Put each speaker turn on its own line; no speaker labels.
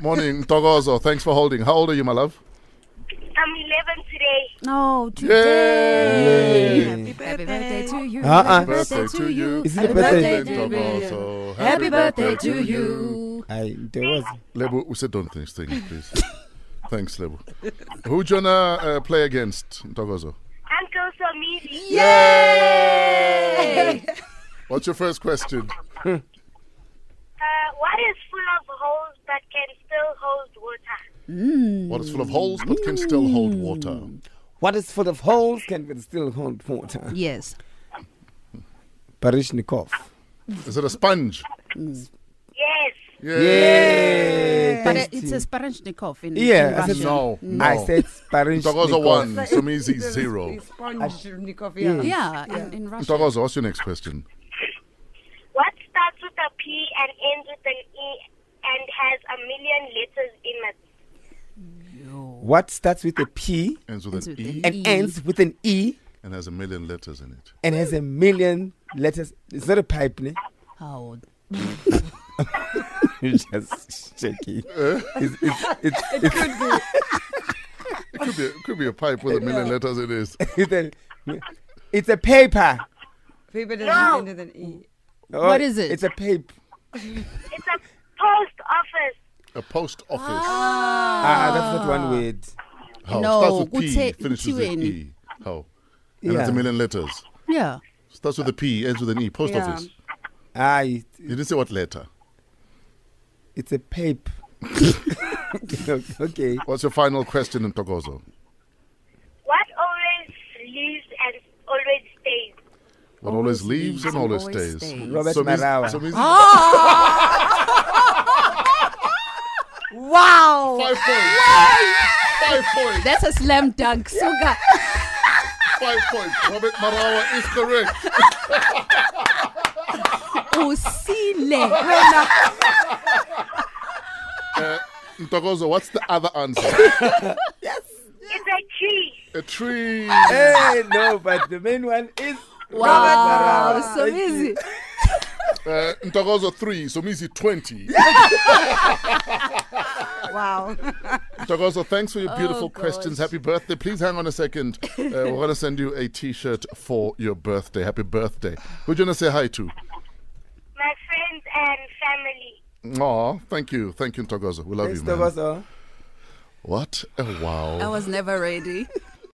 Morning, Togozo. Thanks for holding. How old are you, my love?
I'm 11 today.
No,
Yay!
today.
Happy
Happy birthday to you.
Uh-uh.
Happy
Birthday to you.
Is it
Happy
a birthday?
birthday to you.
Togozo.
Happy birthday to you.
Hayi, into yozi.
Lebu, we said don't finish thing, please. Thanks, Lebu. Who do you want to uh, play against, Togozo?
Uncle Somili.
Yay! What's your first question?
Uh, what is full of holes but can still hold water?
What is full of holes but can still hold water?
What is full of holes can but still hold water?
Yes.
Barishnikov.
Is it a sponge?
Yes.
Yay!
But
Thanks,
it's
team.
a Sparashnikov in,
Yeah,
in
I said
Russian.
No, no.
I said
Togozo
Barishnikov.
one, Sumizi zero.
Sponge, yeah.
Yeah, In, in Russian.
Togozo, what's your next question?
What starts with a P and ends with an E and has a million letters in it?
What starts with a P
Ends with an
Ends with
E
an
and
E.
ends with an E
and has a million letters in it.
and has a million letters? It's not a pipe, ne?
Oh,
You're just shaking. It's, it's, it's,
It could be, it could be a pipe with a million letters in it.
it's, a, it's a paper.
Paper doesn't end with an E.
Oh,
What is it?
It's a paper.
It's a post office.
A post office.
Ah, that's not one word.
How?
No,
starts with P,
kuthe-
finishes with
kuthiweni.
E. How? And
Yeah.
it's a million letters.
yeah.
Starts with a P, ends with an E. Post
Yeah.
office.
Ah, it,
You didn't say what letter.
it's a paper. okay.
What's your final question in Togozo?
What always leaves and always stays?
What always, leaves and always, stays. Oh,
Robert
Somizi-
Marawa.
Somizi-
Wow.
Five points. Five points.
That's a slam dunk. Suga.
Five points. Robert Marawa is correct.
Usile.
Ntokozo, what's the other answer?
It's a tree.
A tree.
Hey, no, but the main one is
Wow. So easy.
Uh, Ntokozo, three. Somizi, 20.
Wow.
Togozo, thanks for your beautiful
gosh.
questions. Happy birthday. Please hang on a second. Uh, we're going to send you a t shirt for your birthday. Happy birthday. Who do you want to say hi to?
My friends and family.
Aw, thank you. Thank you, Togozo. We love
Thanks,
you, man.
Togoso.
Oh,
What a wow.
I was never ready.